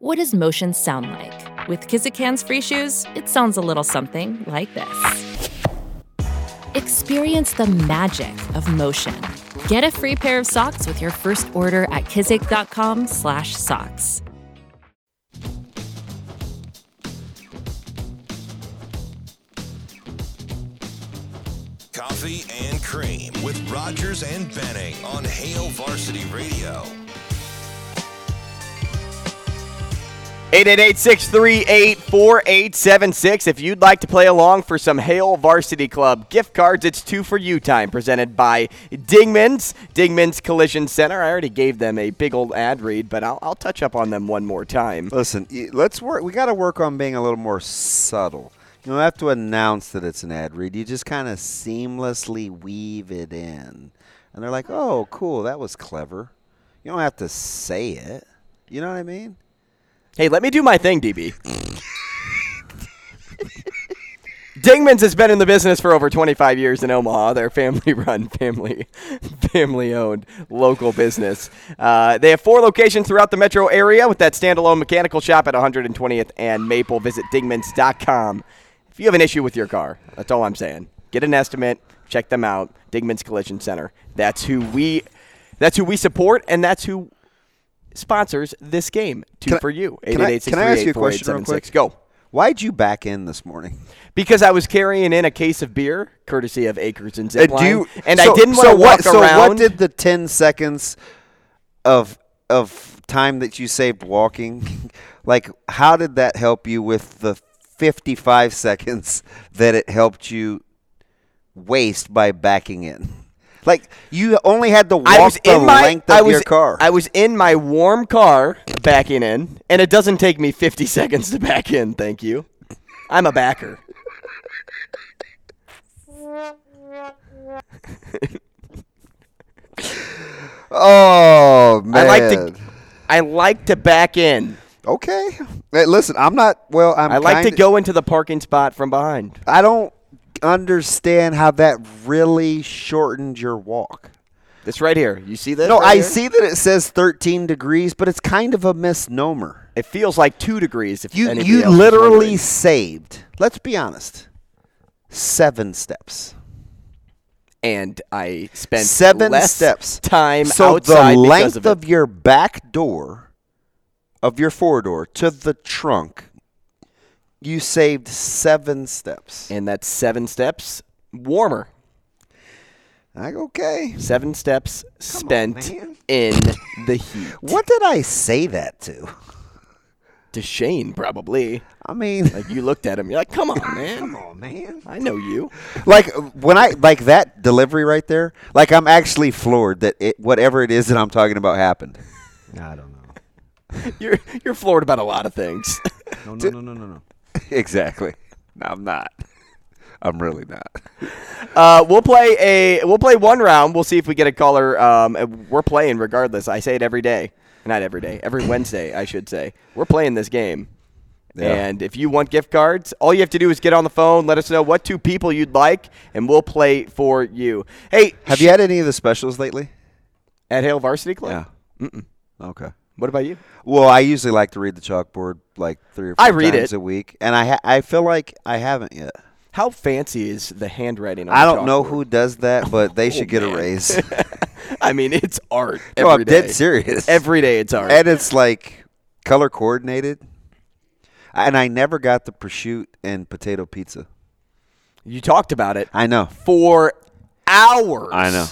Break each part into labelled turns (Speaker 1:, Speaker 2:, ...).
Speaker 1: What does motion sound like? With Kizikans free shoes, it sounds a little something like this. Experience the magic of motion. Get a free pair of socks with your first order at kizik.com/socks.
Speaker 2: Coffee and Cream with Rogers and Benning on Hale Varsity Radio.
Speaker 3: 888-638-4876. If you'd like to play along for some Hale Varsity Club gift cards, it's two for you time presented by Dingman's, Dingman's Collision Center. I already gave them a big old ad read, but I'll, I'll touch up on them one more time.
Speaker 4: Listen, y- let's work. We got to work on being a little more subtle. You don't have to announce that it's an ad read. You just kind of seamlessly weave it in, and they're like, "Oh, cool, that was clever." You don't have to say it. You know what I mean?
Speaker 3: Hey, let me do my thing, DB. Dingman's has been in the business for over 25 years in Omaha. They're family-run, family, family-owned local business. Uh, they have four locations throughout the metro area with that standalone mechanical shop at 120th and Maple. Visit Dingman's.com if you have an issue with your car. That's all I'm saying. Get an estimate. Check them out. Dingman's Collision Center. That's who we. That's who we support, and that's who sponsors this game. Two
Speaker 4: Can I-
Speaker 3: for you.
Speaker 4: can I-
Speaker 3: 888-638-4876.
Speaker 4: can I ask you a question real quick?
Speaker 3: Go.
Speaker 4: Why'd you back in this morning?
Speaker 3: Because I was carrying in a case of beer, courtesy of Acres and Zipline, and I
Speaker 4: Uh, so-
Speaker 3: didn't want
Speaker 4: so
Speaker 3: to walk
Speaker 4: what, so
Speaker 3: around.
Speaker 4: what did the ten seconds of of time that you saved walking, like how did that help you with the fifty five seconds that it helped you waste by backing in? Like you only had to walk
Speaker 3: I was
Speaker 4: the
Speaker 3: in my
Speaker 4: length
Speaker 3: I
Speaker 4: of
Speaker 3: was,
Speaker 4: your car.
Speaker 3: I was in my warm car backing in, and it doesn't take me 50 seconds to back in. Thank you. I'm a backer.
Speaker 4: oh man!
Speaker 3: I like to I like to back in.
Speaker 4: Okay, Hey, listen. I'm not. Well, I'm.
Speaker 3: I like to
Speaker 4: kinda-
Speaker 3: go into the parking spot from behind.
Speaker 4: I don't understand how that really shortened your walk.
Speaker 3: This right here. You see this?
Speaker 4: No,
Speaker 3: right
Speaker 4: I
Speaker 3: here?
Speaker 4: see that it says 13 degrees, but it's kind of a misnomer.
Speaker 3: It feels like two degrees. If
Speaker 4: You
Speaker 3: anybody
Speaker 4: you
Speaker 3: else was
Speaker 4: literally
Speaker 3: wondering.
Speaker 4: saved. Let's be honest. Seven steps.
Speaker 3: and I spent
Speaker 4: Seven
Speaker 3: less
Speaker 4: steps.
Speaker 3: time
Speaker 4: so
Speaker 3: outside
Speaker 4: the length
Speaker 3: because of,
Speaker 4: of,
Speaker 3: it.
Speaker 4: your back door of your four door to the trunk, you saved seven steps.
Speaker 3: and that's seven steps warmer.
Speaker 4: Like, okay.
Speaker 3: Seven steps spent
Speaker 4: man.
Speaker 3: in the heat.
Speaker 4: What did I say that to?
Speaker 3: to Shane? Probably.
Speaker 4: I mean,
Speaker 3: Like you looked at him, you're like, "Come on, man!
Speaker 4: on, man.
Speaker 3: I know you."
Speaker 4: like when I like that delivery right there, like I'm actually floored that it whatever it is that I'm talking about happened. I don't know.
Speaker 3: You're you're floored about a lot of things.
Speaker 4: No, no, no, no, no, no. exactly. No, I'm not. I'm really not.
Speaker 3: Uh, we'll play a we'll play one round. We'll see if we get a caller. Um, uh, we're playing regardless. I say it every day, not every day, every Wednesday, I should say. We're playing this game.
Speaker 4: Yeah.
Speaker 3: And if you want gift cards, all you have to do is get on the phone, let us know what two people you'd like, and we'll play for you. Hey,
Speaker 4: Have you had any of the specials lately?
Speaker 3: at Hale Varsity Club?
Speaker 4: Mm-mm. Okay.
Speaker 3: What about you?
Speaker 4: Well, I usually like to read the chalkboard like three or four
Speaker 3: I read
Speaker 4: times
Speaker 3: it.
Speaker 4: a week, and I ha- I feel like I haven't yet.
Speaker 3: How fancy is the handwriting? On
Speaker 4: I
Speaker 3: the
Speaker 4: don't know
Speaker 3: chalkboard?
Speaker 4: who does that, but they should get
Speaker 3: man.
Speaker 4: a raise.
Speaker 3: I mean, it's art.
Speaker 4: no,
Speaker 3: every
Speaker 4: I'm
Speaker 3: day.
Speaker 4: dead serious.
Speaker 3: Every day, it's art.
Speaker 4: and it's like color coordinated. And I never got the prosciutto and potato pizza.
Speaker 3: you talked about it
Speaker 4: I know.
Speaker 3: for hours.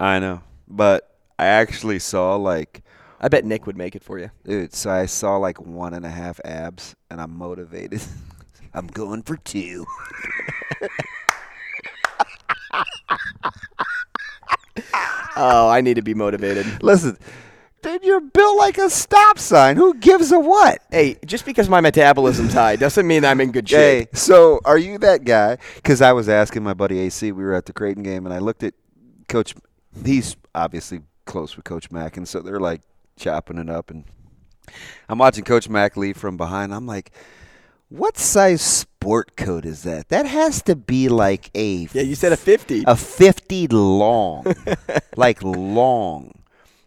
Speaker 4: I know. But I actually saw like,
Speaker 3: I bet Nick would make it for you.
Speaker 4: dude. So I saw like one and a half abs, and I'm motivated. I'm going for two.
Speaker 3: Oh, I need to be motivated.
Speaker 4: Listen, dude, you're built like a stop sign. Who gives a what?
Speaker 3: Hey, just because my metabolism's high doesn't mean I'm in good shape.
Speaker 4: Hey, so are you that guy? Because I was asking my buddy AC. We were at the Creighton game, and I looked at Coach. He's obviously close with Coach Mack, and so they're like chopping it up. And I'm watching Coach Mack leave from behind. I'm like, what size sport coat is that? That has to be like a
Speaker 3: Yeah, you said a 50.
Speaker 4: a 50 long, like long,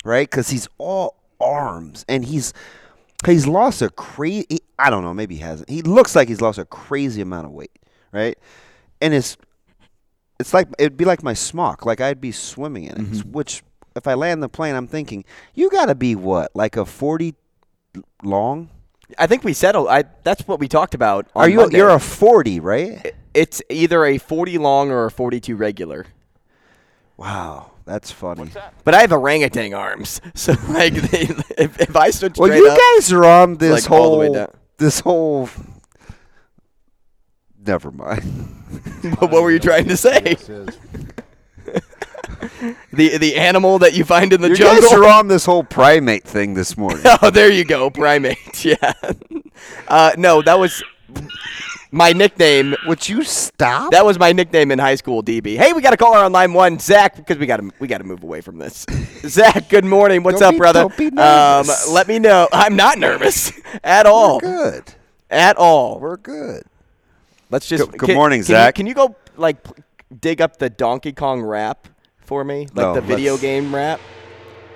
Speaker 4: right? Because he's all arms and he's He's lost a crazy. I don't know. Maybe he hasn't. He looks like he's lost a crazy amount of weight, right? And it's it's like it'd be like my smock. Like I'd be swimming in it. Which, if I land the plane, I'm thinking you got to be what like a forty long.
Speaker 3: I think we settled. I that's what we talked about. on
Speaker 4: Are you?
Speaker 3: Monday.
Speaker 4: You're a forty, right?
Speaker 3: It's either a 40 long or a 42 regular.
Speaker 4: Wow, that's funny.
Speaker 3: But I have orangutan arms, so like they, if, if I stood
Speaker 4: Well,
Speaker 3: straight
Speaker 4: you
Speaker 3: up,
Speaker 4: guys are on this
Speaker 3: like, all the
Speaker 4: whole
Speaker 3: way down.
Speaker 4: this whole. Never mind.
Speaker 3: what were you trying to say? the the animal that you find in the
Speaker 4: You guys
Speaker 3: jungle.
Speaker 4: are on this whole primate thing this morning.
Speaker 3: oh, there you go, primate. Yeah. Uh, no, that was my nickname.
Speaker 4: Would you stop?
Speaker 3: That was my nickname in high school, DB. Hey, we got a caller on line one, Zach, because we got to we got to move away from this. Zach, good morning. What's
Speaker 4: Don't
Speaker 3: up,
Speaker 4: be-
Speaker 3: brother?
Speaker 4: don't be nervous.
Speaker 3: Um, let me know. I'm not nervous at
Speaker 4: We're
Speaker 3: all.
Speaker 4: good.
Speaker 3: At all.
Speaker 4: We're good.
Speaker 3: Let's just.
Speaker 4: Good- good morning,
Speaker 3: can You,
Speaker 4: Zach.
Speaker 3: can you go like p- dig up the Donkey Kong rap for me, like
Speaker 4: No,
Speaker 3: the video
Speaker 4: let's-
Speaker 3: game rap?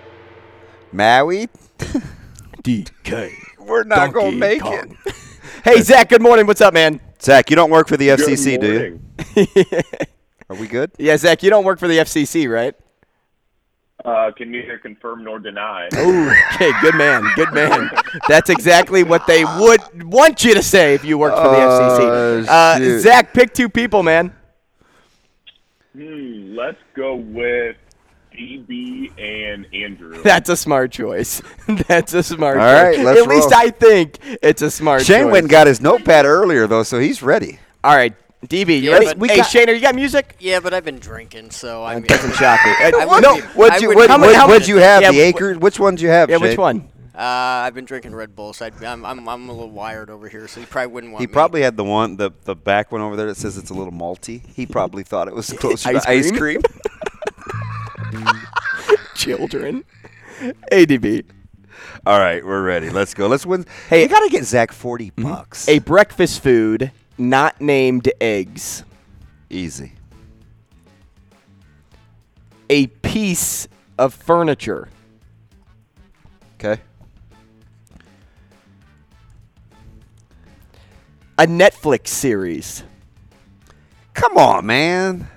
Speaker 4: Maui,
Speaker 3: DK.
Speaker 4: we're not gonna make it.
Speaker 3: hey, Zach. Good morning. What's up, man?
Speaker 4: Zach, you don't work for the FCC,
Speaker 5: Good
Speaker 4: do you?
Speaker 5: morning.
Speaker 4: Are we good?
Speaker 3: Yeah, Zach. You don't work for the FCC, right?
Speaker 5: Uh, can neither confirm nor deny.
Speaker 3: Ooh, okay, good man, good man. That's exactly what they would want you to say if you worked for the FCC.
Speaker 4: Oh,
Speaker 3: Uh,
Speaker 4: shoot.
Speaker 3: Zach, pick two people, man.
Speaker 5: Hmm, let's go with DB and Andrew.
Speaker 3: That's a smart choice. That's a smart.
Speaker 4: All
Speaker 3: choice.
Speaker 4: right, let's
Speaker 3: At least
Speaker 4: roll.
Speaker 3: I think it's a smart.
Speaker 4: Shane
Speaker 3: choice.
Speaker 4: went and got his notepad earlier though, so he's ready.
Speaker 3: All right, DB, you
Speaker 6: Yeah,
Speaker 3: ready?
Speaker 6: but we
Speaker 3: hey,
Speaker 6: got-
Speaker 3: Shane, are you got music?
Speaker 6: Yeah, but I've been drinking, so I mean,
Speaker 3: Doesn't shock me. Uh,
Speaker 6: I would
Speaker 3: no,
Speaker 6: be- I
Speaker 4: What'd you,
Speaker 6: would
Speaker 4: what,
Speaker 6: be-
Speaker 3: how many- how
Speaker 4: would you have?
Speaker 3: yeah,
Speaker 4: the
Speaker 3: wh-
Speaker 4: acre? Which ones you have?
Speaker 3: yeah, which
Speaker 4: Shane?
Speaker 3: one?
Speaker 6: Uh, I've been drinking Red Bull, so I'd, I'm, I'm I'm a little wired over here, so you probably wouldn't want
Speaker 4: He
Speaker 6: me.
Speaker 4: probably had the one, the, the back one over there that says it's a little malty. He probably thought it was closer
Speaker 3: Ice
Speaker 4: to ice
Speaker 3: cream?
Speaker 4: cream.
Speaker 3: Children. ADB.
Speaker 4: All right, we're ready. Let's go. Let's win.
Speaker 3: Hey- mm-hmm.
Speaker 4: Hey, you gotta get Zach 40 bucks.
Speaker 3: A breakfast food not named eggs.
Speaker 4: Easy.
Speaker 3: A piece of furniture.
Speaker 4: Okay.
Speaker 3: A Netflix series.
Speaker 4: Come on, man.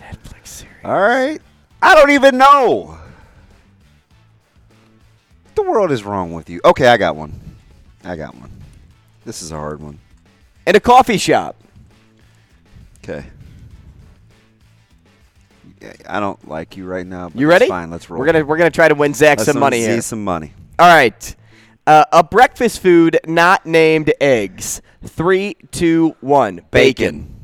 Speaker 3: Netflix series.
Speaker 4: All right. I don't even know. What the world is wrong with you. Okay, I got one. I got one. This is a hard one.
Speaker 3: And a coffee shop.
Speaker 4: Okay. I don't like you right now. But
Speaker 3: You
Speaker 4: it's
Speaker 3: ready?
Speaker 4: Fine. Let's roll.
Speaker 3: We're gonna we're gonna try to win Zach
Speaker 4: Let's
Speaker 3: some money
Speaker 4: see
Speaker 3: here.
Speaker 4: some money.
Speaker 3: All right. Uh, a breakfast food not named eggs. Three, two, one. Bacon.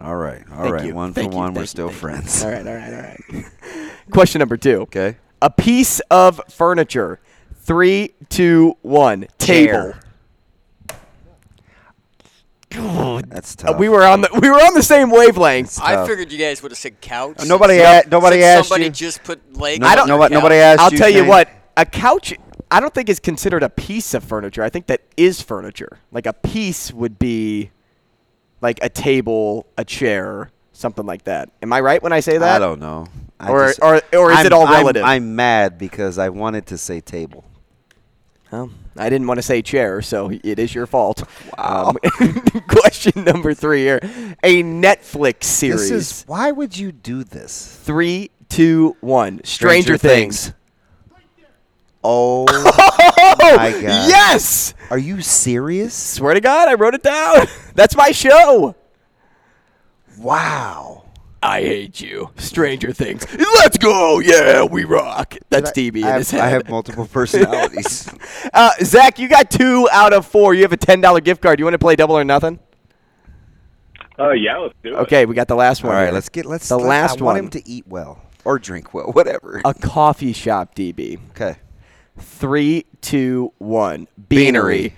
Speaker 4: All right. all right.
Speaker 3: Thank you.
Speaker 4: One
Speaker 3: Thank
Speaker 4: for
Speaker 3: you.
Speaker 4: one.
Speaker 3: Thank
Speaker 4: We're
Speaker 3: you.
Speaker 4: still
Speaker 3: Thank you.
Speaker 4: friends.
Speaker 3: All right. All right. All right. Question number two.
Speaker 4: Okay.
Speaker 3: A piece of furniture. Three, two, one. Table.
Speaker 4: Chair. That's
Speaker 3: Uh,
Speaker 4: tough.
Speaker 3: we were on the we were on the same wavelength.
Speaker 4: That's
Speaker 6: I
Speaker 4: tough.
Speaker 6: figured you guys would have said couch.
Speaker 4: Uh, nobody
Speaker 6: since-
Speaker 4: a-
Speaker 6: since
Speaker 4: nobody asked
Speaker 6: Somebody
Speaker 4: you.
Speaker 6: just put leg.
Speaker 4: No-
Speaker 6: under
Speaker 4: no- nobody-
Speaker 6: couch.
Speaker 4: nobody asked.
Speaker 3: I'll
Speaker 4: you,
Speaker 3: tell you
Speaker 4: Shane.
Speaker 3: what. A couch. I don't think is considered a piece of furniture. I think that is furniture. Like a piece would be, like a table, a chair, something like that. Am I right when I say that?
Speaker 4: I don't know. I
Speaker 3: Or- or- or is it
Speaker 4: I'm-
Speaker 3: all
Speaker 4: I'm-
Speaker 3: relative?
Speaker 4: I'm, mad because I wanted to say table.
Speaker 3: Well, I didn't want to say chair, so it is your fault. Wow. question number three here: a Netflix series.
Speaker 4: This is why would you do this?
Speaker 3: three, two, one. Stranger,
Speaker 4: Stranger
Speaker 3: Things.
Speaker 4: Things. Oh, my God.
Speaker 3: Yes.
Speaker 4: Are you serious?
Speaker 3: Swear to God, I wrote it down. That's my show.
Speaker 4: Wow.
Speaker 3: I hate you. Stranger Things. Let's go. Yeah, we rock. That's DB in
Speaker 4: I
Speaker 3: his
Speaker 4: have,
Speaker 3: head.
Speaker 4: I have multiple personalities.
Speaker 3: uh, Zach, you got two out of four. You have a ten dollar gift card. You want to play double or nothing?
Speaker 5: Oh yeah, let's do it.
Speaker 3: Okay, we got the last
Speaker 4: Uh, all
Speaker 3: one.
Speaker 4: right,
Speaker 3: here.
Speaker 4: let's get let's.
Speaker 3: The
Speaker 4: let-
Speaker 3: last
Speaker 4: I
Speaker 3: one. Uh,
Speaker 4: want him to eat well or drink well, whatever.
Speaker 3: a coffee shop, DB.
Speaker 4: Okay.
Speaker 3: Three, two, one. Beanery.
Speaker 4: Beanery.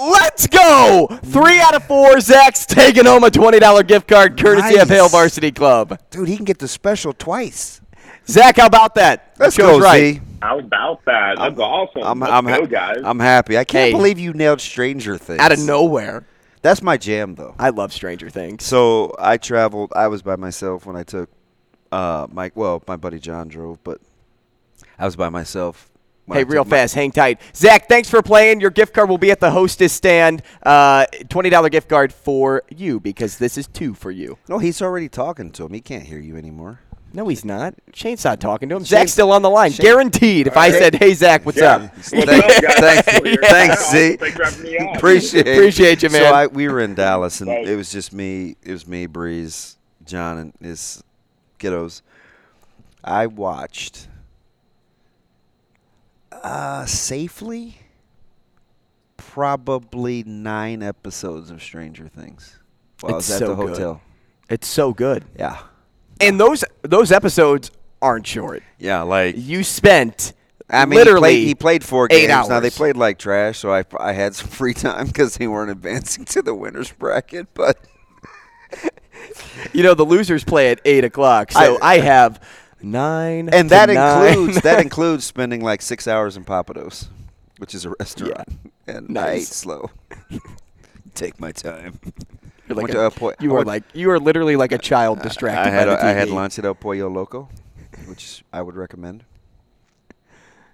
Speaker 3: Let's go! Three out of four. Zach's taking home a $20 gift card courtesy of
Speaker 4: Nice.
Speaker 3: Hale Varsity Club.
Speaker 4: Dude, he can get the special twice.
Speaker 3: Zach, how about that?
Speaker 4: Let's
Speaker 3: That shows
Speaker 4: go,
Speaker 3: right.
Speaker 4: Z.
Speaker 5: How about that? That's awesome.
Speaker 4: I'm,
Speaker 5: let's
Speaker 4: I'm,
Speaker 5: go,
Speaker 4: ha-
Speaker 5: guys.
Speaker 4: I'm happy. I can't
Speaker 3: Hey.
Speaker 4: believe you nailed Stranger Things.
Speaker 3: Out of nowhere.
Speaker 4: That's my jam, though.
Speaker 3: I love Stranger Things.
Speaker 4: So I traveled. I was by myself when I took uh, my well, my buddy John drove, but I was by myself when
Speaker 3: Hey,
Speaker 4: I took
Speaker 3: real
Speaker 4: my-
Speaker 3: fast, hang tight. Zach, thanks for playing. Your gift card will be at the hostess stand. Uh, $20 gift card for you because this is two for you.
Speaker 4: No, he's already talking to him. He can't hear you anymore.
Speaker 3: No, he's not. Shane's not talking to him.
Speaker 4: Shane-
Speaker 3: Zach's still on the line.
Speaker 4: Shane-
Speaker 3: Guaranteed. If I said, hey, Zach, what's up?
Speaker 4: Thank-
Speaker 5: guys?
Speaker 4: thanks,
Speaker 5: We're here
Speaker 4: thanks,
Speaker 5: now.
Speaker 4: Z.
Speaker 5: Thanks for having me on.
Speaker 4: Appreciate
Speaker 3: Appreciate you, man.
Speaker 4: So I, we were in Dallas, and
Speaker 5: Thanks.
Speaker 4: it was just me. It was me, Breeze, John, and his kiddos. I watched uh, safely probably nine episodes of Stranger Things while I
Speaker 3: It's
Speaker 4: was at
Speaker 3: so
Speaker 4: the
Speaker 3: good.
Speaker 4: hotel.
Speaker 3: It's so good.
Speaker 4: Yeah,
Speaker 3: And those those episodes aren't short.
Speaker 4: yeah, like
Speaker 3: You spent
Speaker 4: I mean,
Speaker 3: literally
Speaker 4: he played, he played four
Speaker 3: eight
Speaker 4: games. Now they
Speaker 3: hours.
Speaker 4: played like trash, so I, I had some free time because they weren't advancing to the winners bracket. But
Speaker 3: You know, the losers play at eight o'clock, so I,
Speaker 4: I-
Speaker 3: have nine.
Speaker 4: and
Speaker 3: to
Speaker 4: that
Speaker 3: nine.
Speaker 4: includes that includes spending like six hours in Papados, which is a restaurant, and I ate
Speaker 3: Nice.
Speaker 4: slow. Take my time.
Speaker 3: You're like
Speaker 4: Went
Speaker 3: a-
Speaker 4: to El Pollo-
Speaker 3: you
Speaker 4: I
Speaker 3: are
Speaker 4: went-
Speaker 3: like you are literally like a child distracted.
Speaker 4: I had
Speaker 3: by the
Speaker 4: I had
Speaker 3: TV.
Speaker 4: lunch at El Pollo Loco, which I would recommend.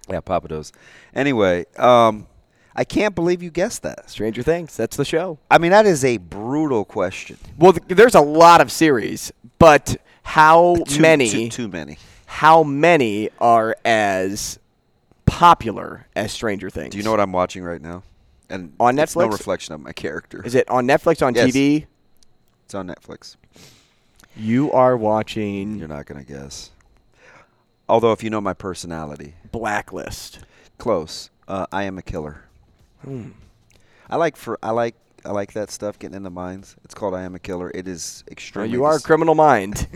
Speaker 4: Yeah, Papados. Anyway, um, I can't believe you guessed that.
Speaker 3: Stranger Things. That's the show.
Speaker 4: I mean, that is a brutal question.
Speaker 3: Well, th- there's a lot of series, but how
Speaker 4: Too-
Speaker 3: many?
Speaker 4: too, too many.
Speaker 3: How many are as popular as Stranger Things?
Speaker 4: Do you know what I'm watching right now? And
Speaker 3: On
Speaker 4: it's no
Speaker 3: Netflix?
Speaker 4: reflection of my character.
Speaker 3: Is it on Netflix on
Speaker 4: Yes.
Speaker 3: TV?
Speaker 4: It's on Netflix.
Speaker 3: You are watching
Speaker 4: You're not gonna guess. Although, if you know my personality,
Speaker 3: Blacklist.
Speaker 4: close. Uh, I am a killer.
Speaker 3: Hmm.
Speaker 4: I like for I like I like that stuff. Getting in the minds. It's called I Am a Killer. It is extremely.
Speaker 3: you are a
Speaker 4: dis-
Speaker 3: criminal mind.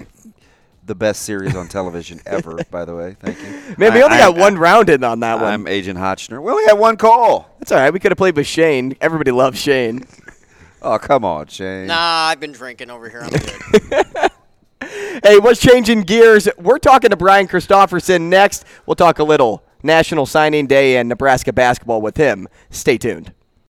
Speaker 4: the best series on television ever. By the way, thank you.
Speaker 3: Man, we
Speaker 4: I-
Speaker 3: only
Speaker 4: I-
Speaker 3: got one round in on that
Speaker 4: I,
Speaker 3: one.
Speaker 4: I'm Agent Hotchner. We only had one call.
Speaker 3: That's all right. We could have played with Shane. Everybody loves Shane.
Speaker 4: Oh come on, Shane.
Speaker 6: Nah, I've been drinking over here. I'm good.
Speaker 3: Hey, what's changing gears? We're talking to Brian Christopherson next. We'll talk a little National Signing Day and Nebraska basketball with him. Stay tuned.